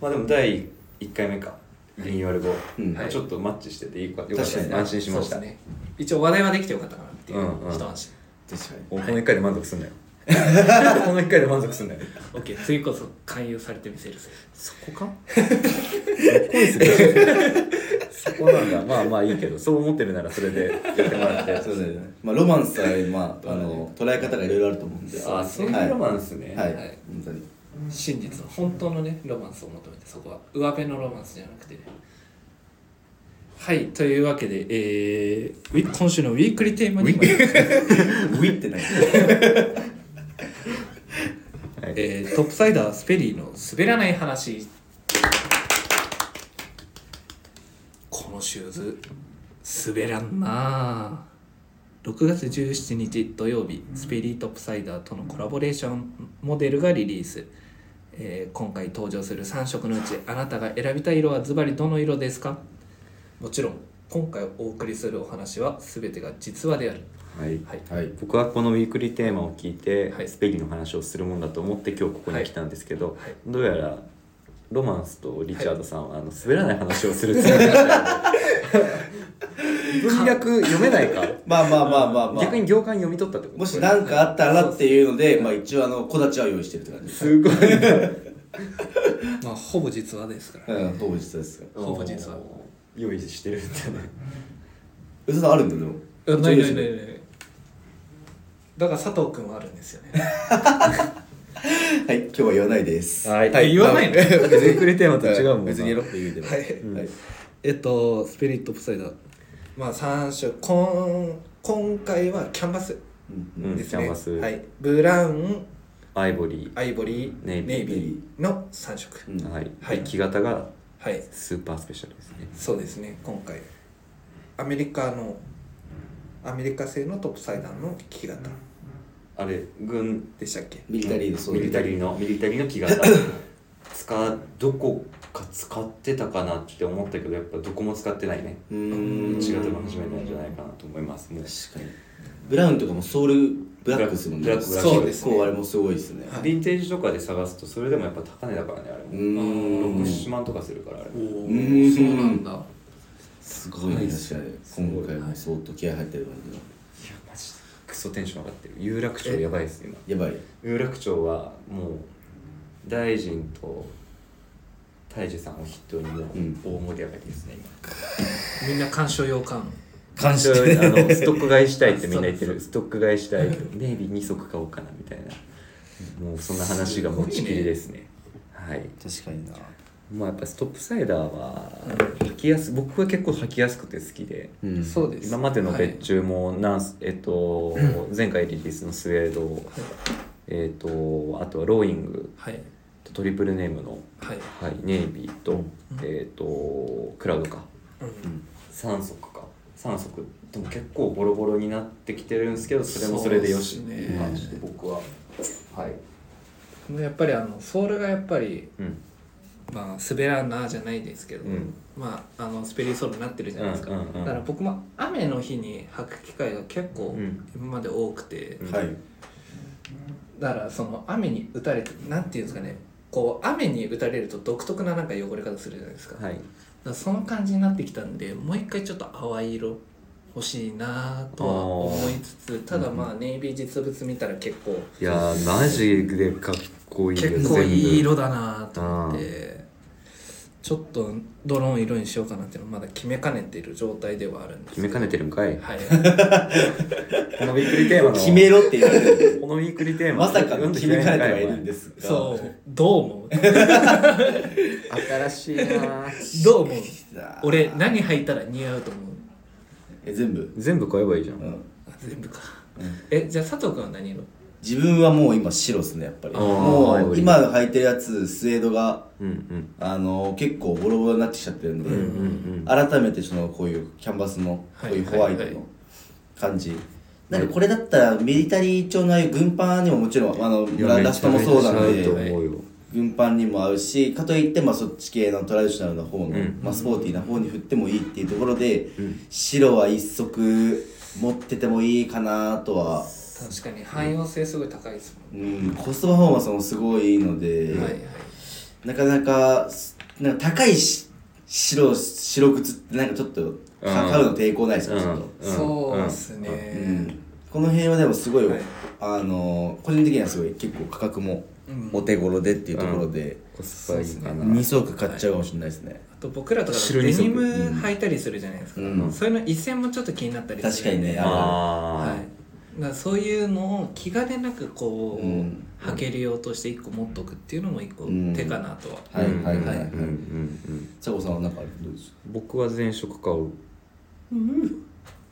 まあでも第1回目かリニューアル後、
うん
まあちょっとマッチしてていいかよかっ
確
た
かに
安心しました、
そうですね一応話題はできてよかったかなっていう
うんうん
一安心
確か
おこの1回で満足すんなよこの1回で満足すんなよ
OK 次こそ勧誘されてみせるぜ
そこかそこなんだまあまあいいけどそう思ってるならそれでやってもらって
に。そうだよね。まあロマンスは、まあ、あの、捉え方がいろいろあると思うんで。
あそういうロマンですね、
はい、
はい
本当に。
真実の本当のねロマンスを求めてそこは上辺のロマンスじゃなくてねはいというわけで、えーウィ今週のウィークリーテーマに参ります
ウィってない。
はい
えートップサイダースペリーの滑らない話このシューズ滑らんなあ6月17日土曜日スペリートップサイダーとのコラボレーションモデルがリリース、えー今回登場する3色のうちあなたが選びたい色はズバリどの色ですかもちろん今回お送りするお話は全てが実話である
はい
はい
はい。
僕はこのウィークリーテーマを聞いて、
はい
スペリーの話をするもんだと思って今日ここに来たんですけど、
はい
どうやらロマンスとリチャードさんは、あの滑らない話をするつもり だったよね文脈読めない か、
まあまあまあまあまあ。
逆に行間読み取ったってこと
もし何かあったらっていうので、まあ一応あの、小立ちは用意してるって感じです。
すごい
まあほぼ実話ですから
うん、ほぼ実際ですよ。
ほぼ実は
用意してるってね
嘘だ、あるんだよ、でも。
ないないないないだから佐藤くん はあるんですよね
はい、今日は言わないです。
はい
え言わないの
だって
全クレテーマと違うもんな
別にやろうって言うても。
はい
うん
はい
えっとスピリット・オブ・サイダーまあ3種こん今回はキャンバス
うん
うん
ですね、
キャンバス
はい、ブラウン
アイボリ
アイボリー
ネイビー
ネイビーの3色
う
ー
ん
はい、
はい
で木型が
はい
スーパースペシャルですね
そうですね今回アメリカのアメリカ製のトップサイダーの木型
あれ軍
でしたっけ
ミリタリーの装
ミ
備
リタリーのミリタリーの木型 使どこか使ってたかなって思ったけどやっぱどこも使ってないね
うーん
1月も始めたんじゃないかなと思いますもう
確かに。ブラウンとかもソウルブラックですもんね。
ブラックブラッ
クそうですね
結構あれもすごいですね。
はい
ヴィンテージとかで探すとそれでもやっぱ高値だからねあれ
う
も
ーん。
67万とかするからあれも
お
ーそうなん
だ
すごいね、確かに。今回も相当気合入ってる感
いやマジでクソテンション上がってる有楽町やばいです今
じの。やばい。
有楽町はもう大臣と大樹さんを筆頭にもう
うん
大盛り上がりですね
みんな鑑賞用感
今感謝あのストック買いしたいってみんな言ってるストック買いしたいネイビー2足買おうかなみたいなもうそんな話が持ちきりですねはい
確かにな。
まあやっぱストップサイダーは履きやす僕は結構履きやすくて好きで
うん。
そうです
今までの
はい
別注もなんす、えっと前回リリースのスウェードえっとあとはローイング
はい
とトリプルネームの、
はい、
はい、ネイビーと、えっとクラウドか
うん
3足か3足でも結構ボロボロになってきてるんですけどそれもそれでよし
そうっす
って
ね
いう感じで僕ははい、
やっぱりあのソールがやっぱり
うん
まあ滑らんなじゃないですけど、
うん
まああのスペリーソールになってるじゃないですか、
うんうんうん
だから僕も雨の日に履く機会が結構
うん
今まで多くて、
うん
はい。
だからその雨に打たれてなんていうんですかねこう雨に打たれると独特ななんか汚れ方するじゃないですか,、だか
はい、
らその感じになってきたんでもう一回ちょっと淡い色欲しいなとは思いつつただまあネイビー実物見たら結構
いやーマジでかっこいいよ
結構いい
全部
色だなと思ってちょっとドローン色にしようかなっていうのまだ決めかねている状態ではあるんです
決めかねてるんかい
はい
このびっくりテーマの
決めろって言われ てる。
このウィークリーテーマ
まさかの決めかれてはいるんですが。
そうどう思う
新しいな
どう思う
う
俺何履いたら似合うと思う
え、全部。
全部買えばいいじゃん、
うん。
あ全部かえじゃあ佐藤君は何色
自分はもう今白ですねやっぱり
あー
も
は
う
い
今履いてるやつスウェードが
うんうん
あの結構ボロボロになってきちゃってるんで、
うんうん
改めてそのこういうキャンバスのこ
は
う
い
いうホワイト
はいは
の感じ、なんかこれだったらミリタリー調のああいう軍パンにももちろんあの
いや
ラストもそうなん
めちゃめちゃ合う
で
と思うよ
軍パンにも合うしかといってまあそっち系のトラディショナルの方の、
ん
まあ、スポーティーな方に振ってもいいっていうところで、
ん
白は一足持っててもいいかなとは
確かに汎用性すごい高いですも
うん、コストパフォーマンスもすごいいいので、
んはいはい
なかなかすなんか高いし白白靴ってなんかちょっとか買うの抵抗ないですよ、ちょっと、
うん
そうです
う
ね
ん、この辺はでもすごい、
はい
あの個人的にはすごい結構価格も
うん
お手頃でっていうところで、
コスパいいかな、
二2足買っちゃうかもしれないですね、
あと僕らとか
白
デ
二足
ニム履いたりするじゃないですか、
うん
そういうの一線もちょっと気になったり
確
す
か
る
に
んで
ね
あー、
はい、だからそういうのを気兼ねなくこう、
うん
履ける用として1個持っとくっていうのも1個
うん
手かなとは、
はい
うん
はいはい
うん
はい
うんうん
佐藤さんはなんかどうですか
うん僕は全色買う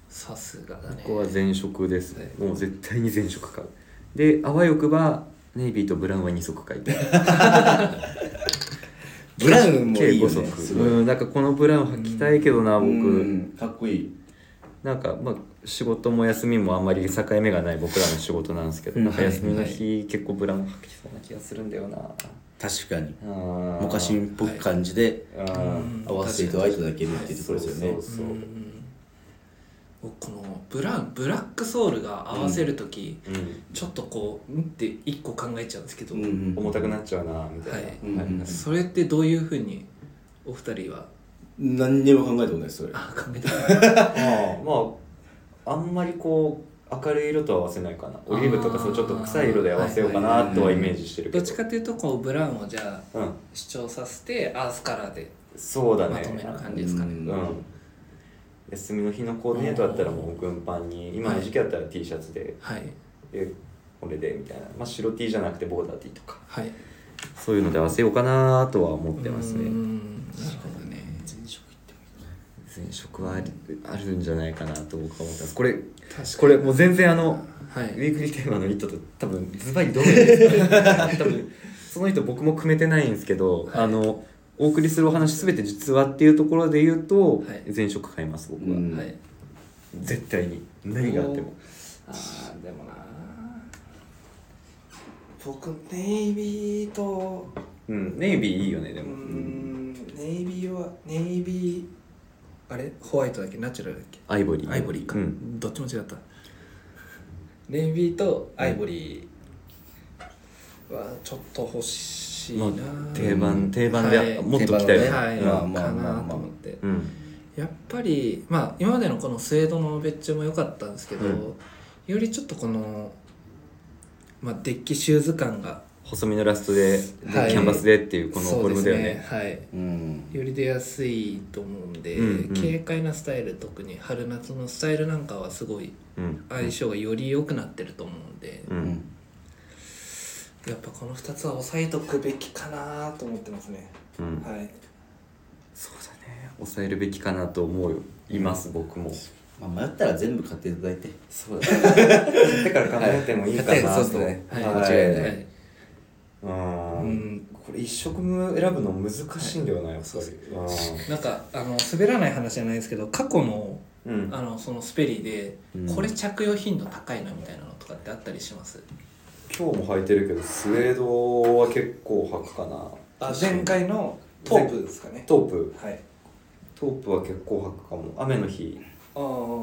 さすがだね
僕は全色ですねもう絶対に全色買うであわよくばネイビーとブラウンは2足 買いたい
ブラウンも
計
いいよ
5
ね
足
すごい、
うんなんかこのブラウン履きたいけどな僕、
うんかっこいい
なんかまあ仕事も休みもあんまり境目がない僕らの仕事なんですけど、
うん
なんか休みの日結構ブラウン履きそうな気がするんだよな
確かに
あー
昔っぽく感じで
あー
うん
合わせていただいただけるっていう
そ
ところ
う
ですよね、
そうそう、
うんうん僕このブラウンブラックソールが合わせる時、
うん
ちょっとこううんって1個考えちゃうんですけど、
うん
重たくなっちゃうなみたいな、
はい
うんうん
それってどういうふうにお二人は
何にも考えたことないですそれ
あ考えた
まあまああんまりこう明るい色とは合わせないかな オリーブとかそうちょっと臭い色で合わせようか
あ
な
ー
とはイメージしてるけ
ど
ど
っちかというとこうブラウンをじゃあ
うん
主張させてアースカラーで
そうだね
まとめる感じですかね、
うん
うん休みの日のコーディネートだったらもう軍パンに今の時期だったら T シャツで
はい
えこれでみたいな、まあ、白 T じゃなくてボーダー T とか
はい
そういうので合わせようかなとは思ってます
うー
ね
んなるほどね
前職行ってもいい
前職はありあるんじゃないかなと僕は思ってますこれ
確かに
これもう全然あの
は
ウ
い
ィークリーテーマの人と多分ズバリどうですか多分その人僕も組めてないんですけど、あのお送りするお話すべて実はっていうところで言うと、
はい
前職買います僕は、
うん
はい
絶対に何があっても
あーでもな
僕ネイビーと
うんネイビーいいよねで
う
も、
んネイビーはネイビ
あれホワイトだっけナチュラルだっけ
アイボリー
アイボリーか、
うん
どっちも違ったネイビーとアイボリーはちょっと欲しいな、
まあ定番定番で
はい
もっと来たよね
はい、
まあまあ
か
まあまあ
なと思って
うん
やっぱりまあ今までのこのスウェードの別注も良かったんですけど、
うん
よりちょっとこの、まあ、デッキシューズ感が
細身のラストで、
はい
キャンバスでっていうこの
そ
フォ
う
ル
で
ム
す
だよね
はい
ーうん
より出やすいと思うんで、
うんうん
軽快なスタイル特に春夏のスタイルなんかはすごい
うん
相性がより良くなってると思うんで、
う
うんん
やっぱこの2つは抑えとくべきかなと思ってますね
うん
はい
そうだね抑えるべきかなと思ういます僕も
まあ、迷ったら全部買っていただいて
そうだねだから考えてもいいかな
はい
と
そうですね
はい、
間違いない
はい、
うん
うん
これ一色分選ぶの難しいんだよなやっぱり
なんかあの滑らない話じゃないですけど過去の
うんうん
あのそのスペリーで、
うん
これ着用頻度高いなみたいなのとかってあったりします
今日も履いてるけどスウェードは結構履くかな
あ
確かに
前回のトープですかね
トープ
はい
トープは結構履くかも雨の日
ああ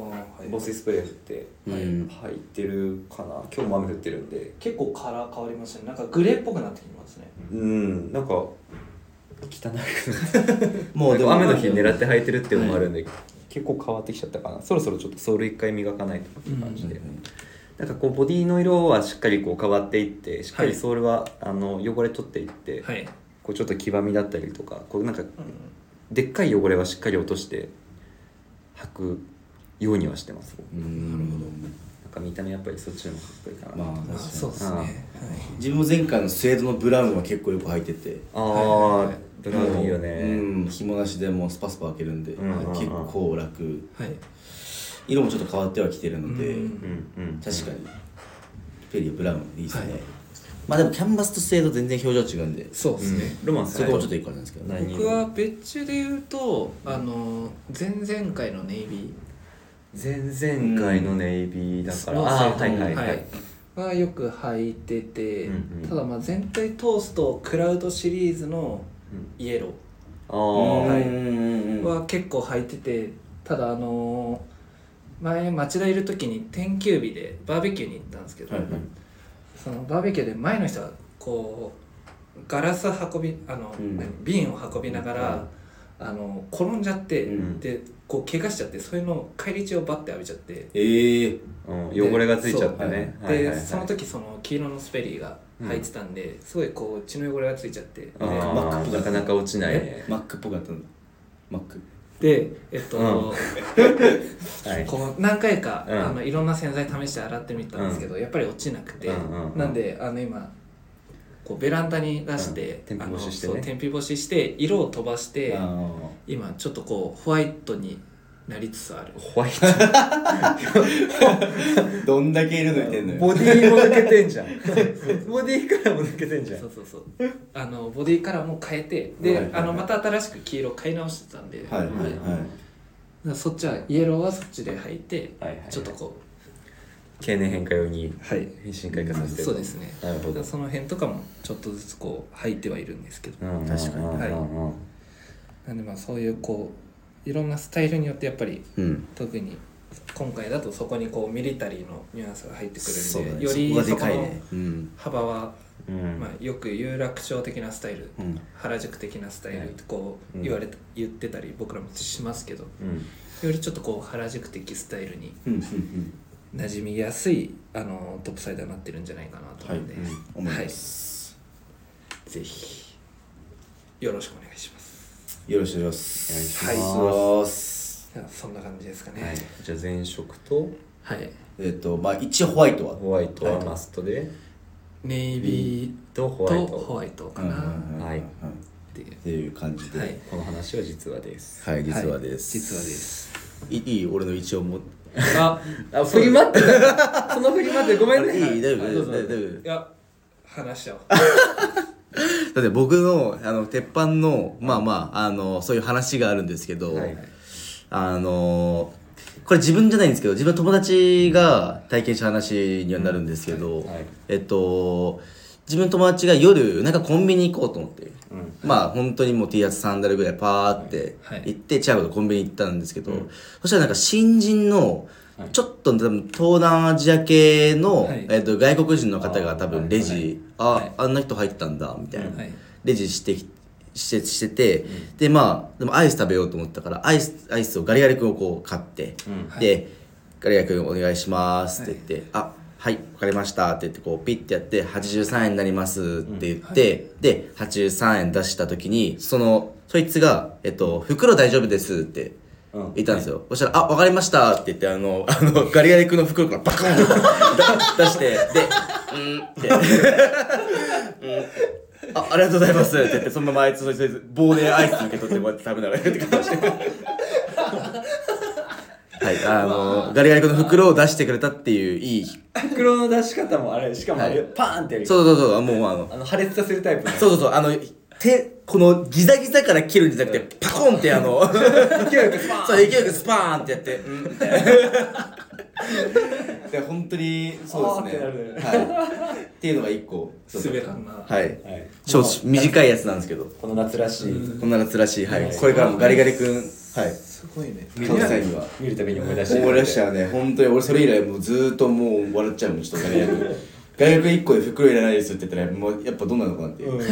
はい
防水スプレー振って
はい
うん
履いてるかな今日も雨降ってるんで
結構カラー変わりましたねなんかグレーっぽくなってきますね
うんなんか汚くな
もうでも
雨の日狙って履いてるっていうのもあるんで、結構変わってきちゃったかなそろそろちょっとソール一回磨かないとっていう感じで、なんかこうボディの色はしっかりこう変わっていってしっかりソールは、あの汚れ取っていって、
はい、
こうちょっと黄ばみだったりとかこうなんか
うん
でっかい汚れはしっかり落として履くようにはしてます
う
な
なんか見た目やっぱりそっちの方がかっこいいかな、
まあ確か
まあ
に
そうですね
ああ
はい
自分も前回のスウェードのブラウンは結構よく履いてて
あ
はい
あ
はい
ブラウンいいよね、
うん紐なしでもうスパスパ開けるんで、
うんうんうん
結構楽
はい
色もちょっと変わってはきてるので、
うん
うんうん
確かにペリーブラウンいいですね、
はい
まあでもキャンバスとスウェード全然表情違うんで
そうですね、
ロマンス
そこもちょっと一個あれなんですけどね、
はい
僕は別注で言うとあの前々回のネイビ
前々回のネイビ
ー
ーだから、
の
ああ
セ
は
ッ
い
ト
はいはい、
はよく履いてて、
うんうん
ただまあ全体通すとクラウドシリーズのイエロ
ああ、
はい
う
ー
ん
は結構履いててただあのー前町田いる時に天休日でバーベキューに行ったんですけど、
はいはい
そのバーベキューで前の人がこうガラス運びあの、
うん
何瓶を運びながら、あの転んじゃって、
うん
でこう怪我しちゃってそれの帰り血をバッて浴びちゃって、
ええ
うん、汚れがついちゃってね
で、
はいはいはい
その時その黄色のスペリーが入ってたんで、すごいこう血の汚れがついちゃってで
あ
マック
ー
とか
なかなか落ちないね
マックっぽかったんだマック
でえっと、
うんはい
こう何回か、
うん
あのいろんな洗剤試して洗ってみたんですけど、やっぱり落ちなくて、
うんうんうん
なんであの今こうベランダに出して、
うん天日干ししてね
あのそう天日干しして色を飛ばして、
あー
今ちょっとこうホワイトになりつつある
ホワイト
どんだけ色抜いてんのよ
ボディも抜けて んじゃんボディからも抜けてんじゃん
そうそうそうあのボディカラーも変えてで、
はいはいはい
あのまた新しく黄色買い直してたんで、
はいはい
だか
は
らそっちはイエローはそっちで履いて、
はいはい
ちょっとこ
経年変化用に
うはい
変身開花させてる
そうですね
なるほど
その辺とかもちょっとずつこう履いてはいるんですけど
うんうんうんうん
確かに
はい
うん
なんでまあそういうこういろんなスタイルによってやっぱり
いうん
特に今回だとそこにこうミリタリーのニュアンスが入ってく
そう
る
だ
んで、
ね
より
そこがで
そこ
かい
の
ねうん
幅は、
うん
まあ、よく有楽町的なスタイル、
うん
原宿的なスタイルってこ
う
うん言われた、言ってたり僕らもしますけど
うん
よりちょっとこう原宿的スタイルに
うんうんうん
馴染みやすいあのトップサイダーになってるんじゃないかなと
は
思
い、
うんで、
思い
は
ま
い、
す、
ぜひ
よろしくお願いします
よろしくお願いします
お願いします
はいします
じゃあそんな感じですかね、
はいじゃあ前職と
はい
えっとまあ一応ホワイトは
ホワイトはマストで、
ネイビ
とホ
ー
ワイ
と
ト
ホワイトか
うん
な
うんうんうん
はい
っていう
っていう感じで
はい
この話は実話です
はい実は
はい
です
実はです
いいい俺の一応も
あ
あ振り待ってたその振り待ってごめんね
いい大丈
あ
夫
どうぞ
大丈夫
いや話しちゃおう
だって僕のあの鉄板のまあまああのそういう話があるんですけど、
はい
あのこれ自分じゃないんですけど自分の友達が体験した話にはなるんですけど、
はいはい
えっと自分の友達が夜なんかコンビニ行こうと思って、まあ本当にもう T シャツサンダルぐらいパーって
はい
行って、チャコとコンビニ行ったんですけど、そしたらなんか新人のちょっと多分東南アジア系の、
はい
えっと、外国人の方が多分レジあ,、
はい
あんな人入ったんだみたいな、
はい
レジしてきしてしてて、でまあでもアイス食べようと思ったからアイスアイスをガリガリ君をこう買って、
はい
で「ガリガリ君お願いします」って言って「あはい分かりました」って言ってこうピッてやって「83円になります」って言って、で83円出した時にそのそいつが「えっと、袋大丈夫です」って
うん
言ったんですよ、そしたら「あ分かりました」って言ってあのあのガリガリ君の袋からバカンって出してで「うん」って。あありがとうございますって言ってそのままあいつそいつ棒でアイス受け取ってこうやって食べながらやって感じではいあのガリガリ君の袋を出してくれたっていういいそ
袋の出し方もあれしかもあれ、
は
パーンってや
う
る
そうそうもうあの
あの破裂させるタイプの
そうそうそうあの手このギザギザから切るんじゃなくてパコンってあの
勢いよくスパーン
そう勢いよくスパーンってやってうんみたいなで本当にそうですね
あーって
はいっていうのが一個ちょっと
滑らんな
はい
はい
ちょっと短いやつなんですけど
この夏らしい、
こんな夏らしい、はい、
はい
これからもガリガリ君、はい、
すごいね
関西には。
見るたびに思い出して
思い出したらね、本当に俺それ以来もうずーっともう笑っちゃうもん、ちょっとガリ ガリ君。ガリガリ君1個で袋いらないですって言ったら、もうやっぱどうなのかなっていう。
うん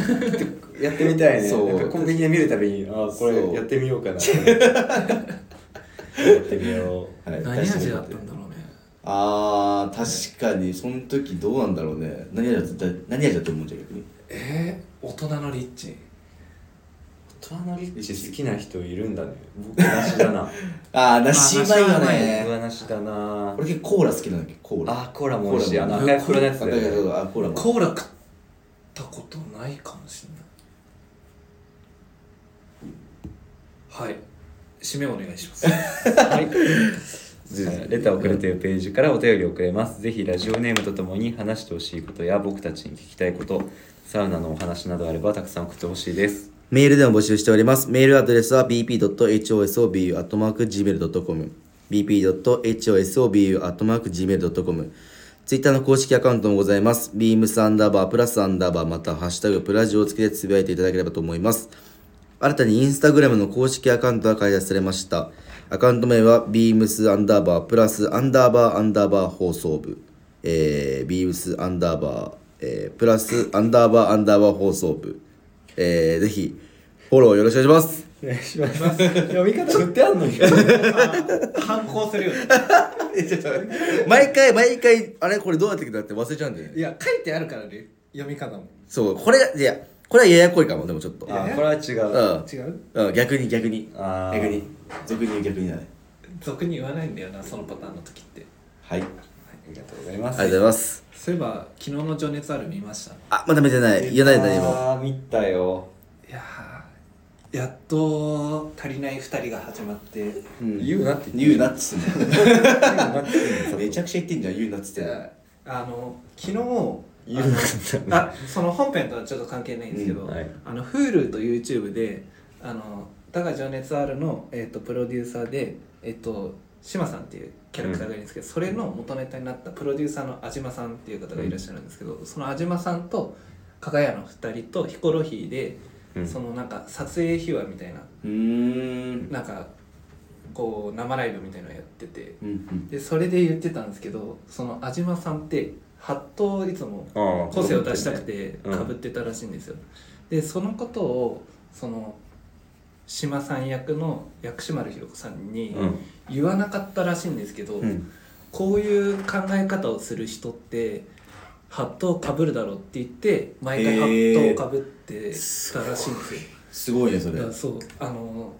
やってみたいね
そう
なんかコンビニで見るたびにああこ
そう
れやってみようかなやってみよう
はい
何味だったんだろうね
あー、確かに、その時どうなんだろうね。何味だった何味だと思うんじゃん、逆に。
えー、大人のリッチ
大人のリッチ好きな人いるんだね僕なしだな
あー、梨うまいよ
僕
ね。
はなしだな
俺結構コーラ好きなんだけど、コーラ。
あーコーラも美味しい
コー
あ
ラ
の
も
赤い袋のやつ
あ
だ
だ
よ
け
ね
ど、あ、コーラも。
コーラ食ったことないかもしれないはい締めお願いします
はいレターをくれというページからお便りをくれます。ぜひラジオネームとともに話してほしいことや僕たちに聞きたいこと、サウナのお話などあればたくさん送ってほしいです。
メールでも募集しております。メールアドレスは bp.hosobu.gmail.com bp.hosobu.gmail.com ツイッターの公式アカウントもございます。beams アンダーバープラスアンダーバーまたはハッシュタグプラジオをつけてつぶやいていただければと思います。新たにインスタグラムの公式アカウントが開設されました。アカウント名は beams アンダーバープラスアンダーバーアンダーバー放送部。えー、beams アンダーバー、えー、プラスアンダーバーアンダーバー放送部。えー、ぜひ、フォローよろしくお願いします。
お願い します。読み方振ってあんのに。
反抗するよね
毎回、毎回、あれこれどうやってきたって忘れちゃうんだよ
い
ね。
や書いてあるからね読み方も
そう、これが、いや、これはややこいかも、でもちょっと。
あー、これは違う。
違う
うん、うん、逆に逆に。
あー
逆に。俗に言う逆にだね。
俗に言わないんだよなそのパターンの時って
はい。あり
ありがとうございま
が
す。
とうございます。
そういえば昨日の情熱ある見ました
あ、まだ見てない。言えない何も。
あー、見たよ。
いやーやっと足りない2人が始まって
うん
言うなって
言うなっつってんだよめちゃくちゃ言ってんじゃん、言うなっつってん
じ
の。
ゃああの昨日 あの
う
あその本編とはちょっと関係ないんですけど、
うんはい
あの Hulu と YouTube で「あのだが情熱あるの」えっとプロデューサーで、えっと志麻さんっていうキャラクターがいるんですけど、それの元ネタになったプロデューサーの安嶋さんっていう方がいらっしゃるんですけど、その安嶋さんと加賀屋の2人とヒコロヒーで、
うん
そのなんか撮影秘話みたいな
うーん。
なんかこう生ライブみたいなのやってて
うんうん。
でそれで言ってたんですけどその安嶋さんってハットをいつも
あー
個性を出したくて
うん
かぶってたらしいんですよ、でそのことをその島さん役の薬師丸ひろ子さんに
うん。
言わなかったらしいんですけど、
うん
こういう考え方をする人ってハットをかぶるだろうって言って毎回ハットをかぶってたらしいんですよ、
すごいね、そ
だ
れ
か。らそうあの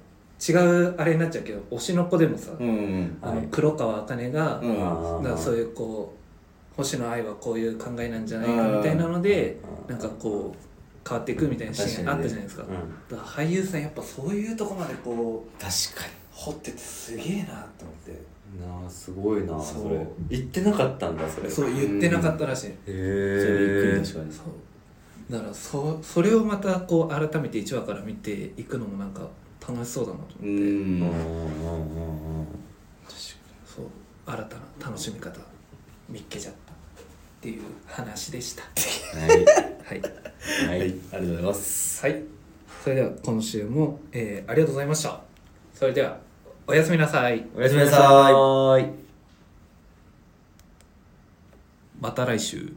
違うあれになっちゃうけど推しの子でもさ、
うん
あ
は
の
い
黒川茜が、
うん
あー
だからそういうこう星野愛はこういう考えなんじゃないかみたいなので
うん
なんかこう変わっていくみたいなシーンあったじゃないですか
うん
だから俳優さんやっぱそういうとこまでこう
確か
掘っててすげえなと思っ
なあすごいな
そう
それ言ってなかったんだそれ
てそう言ってなかったらしい、
へ
にそれびっく
え
り確かに
そうだからそそれをまたこう改めて1話から見ていくのもなんか楽しそうだなと思って、
うん
うんうんうんうん
そう新たな楽しみ方見っけちゃったっていう話でした
はい
はい、
は
はいあ
い
りがとうございます
はい、それでは今週も、えーありがとうございましたそれではおやすみなさい
おやすみなさーい
また来週